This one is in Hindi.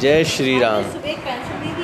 जय श्री राम सुबह एक पेंसिल दी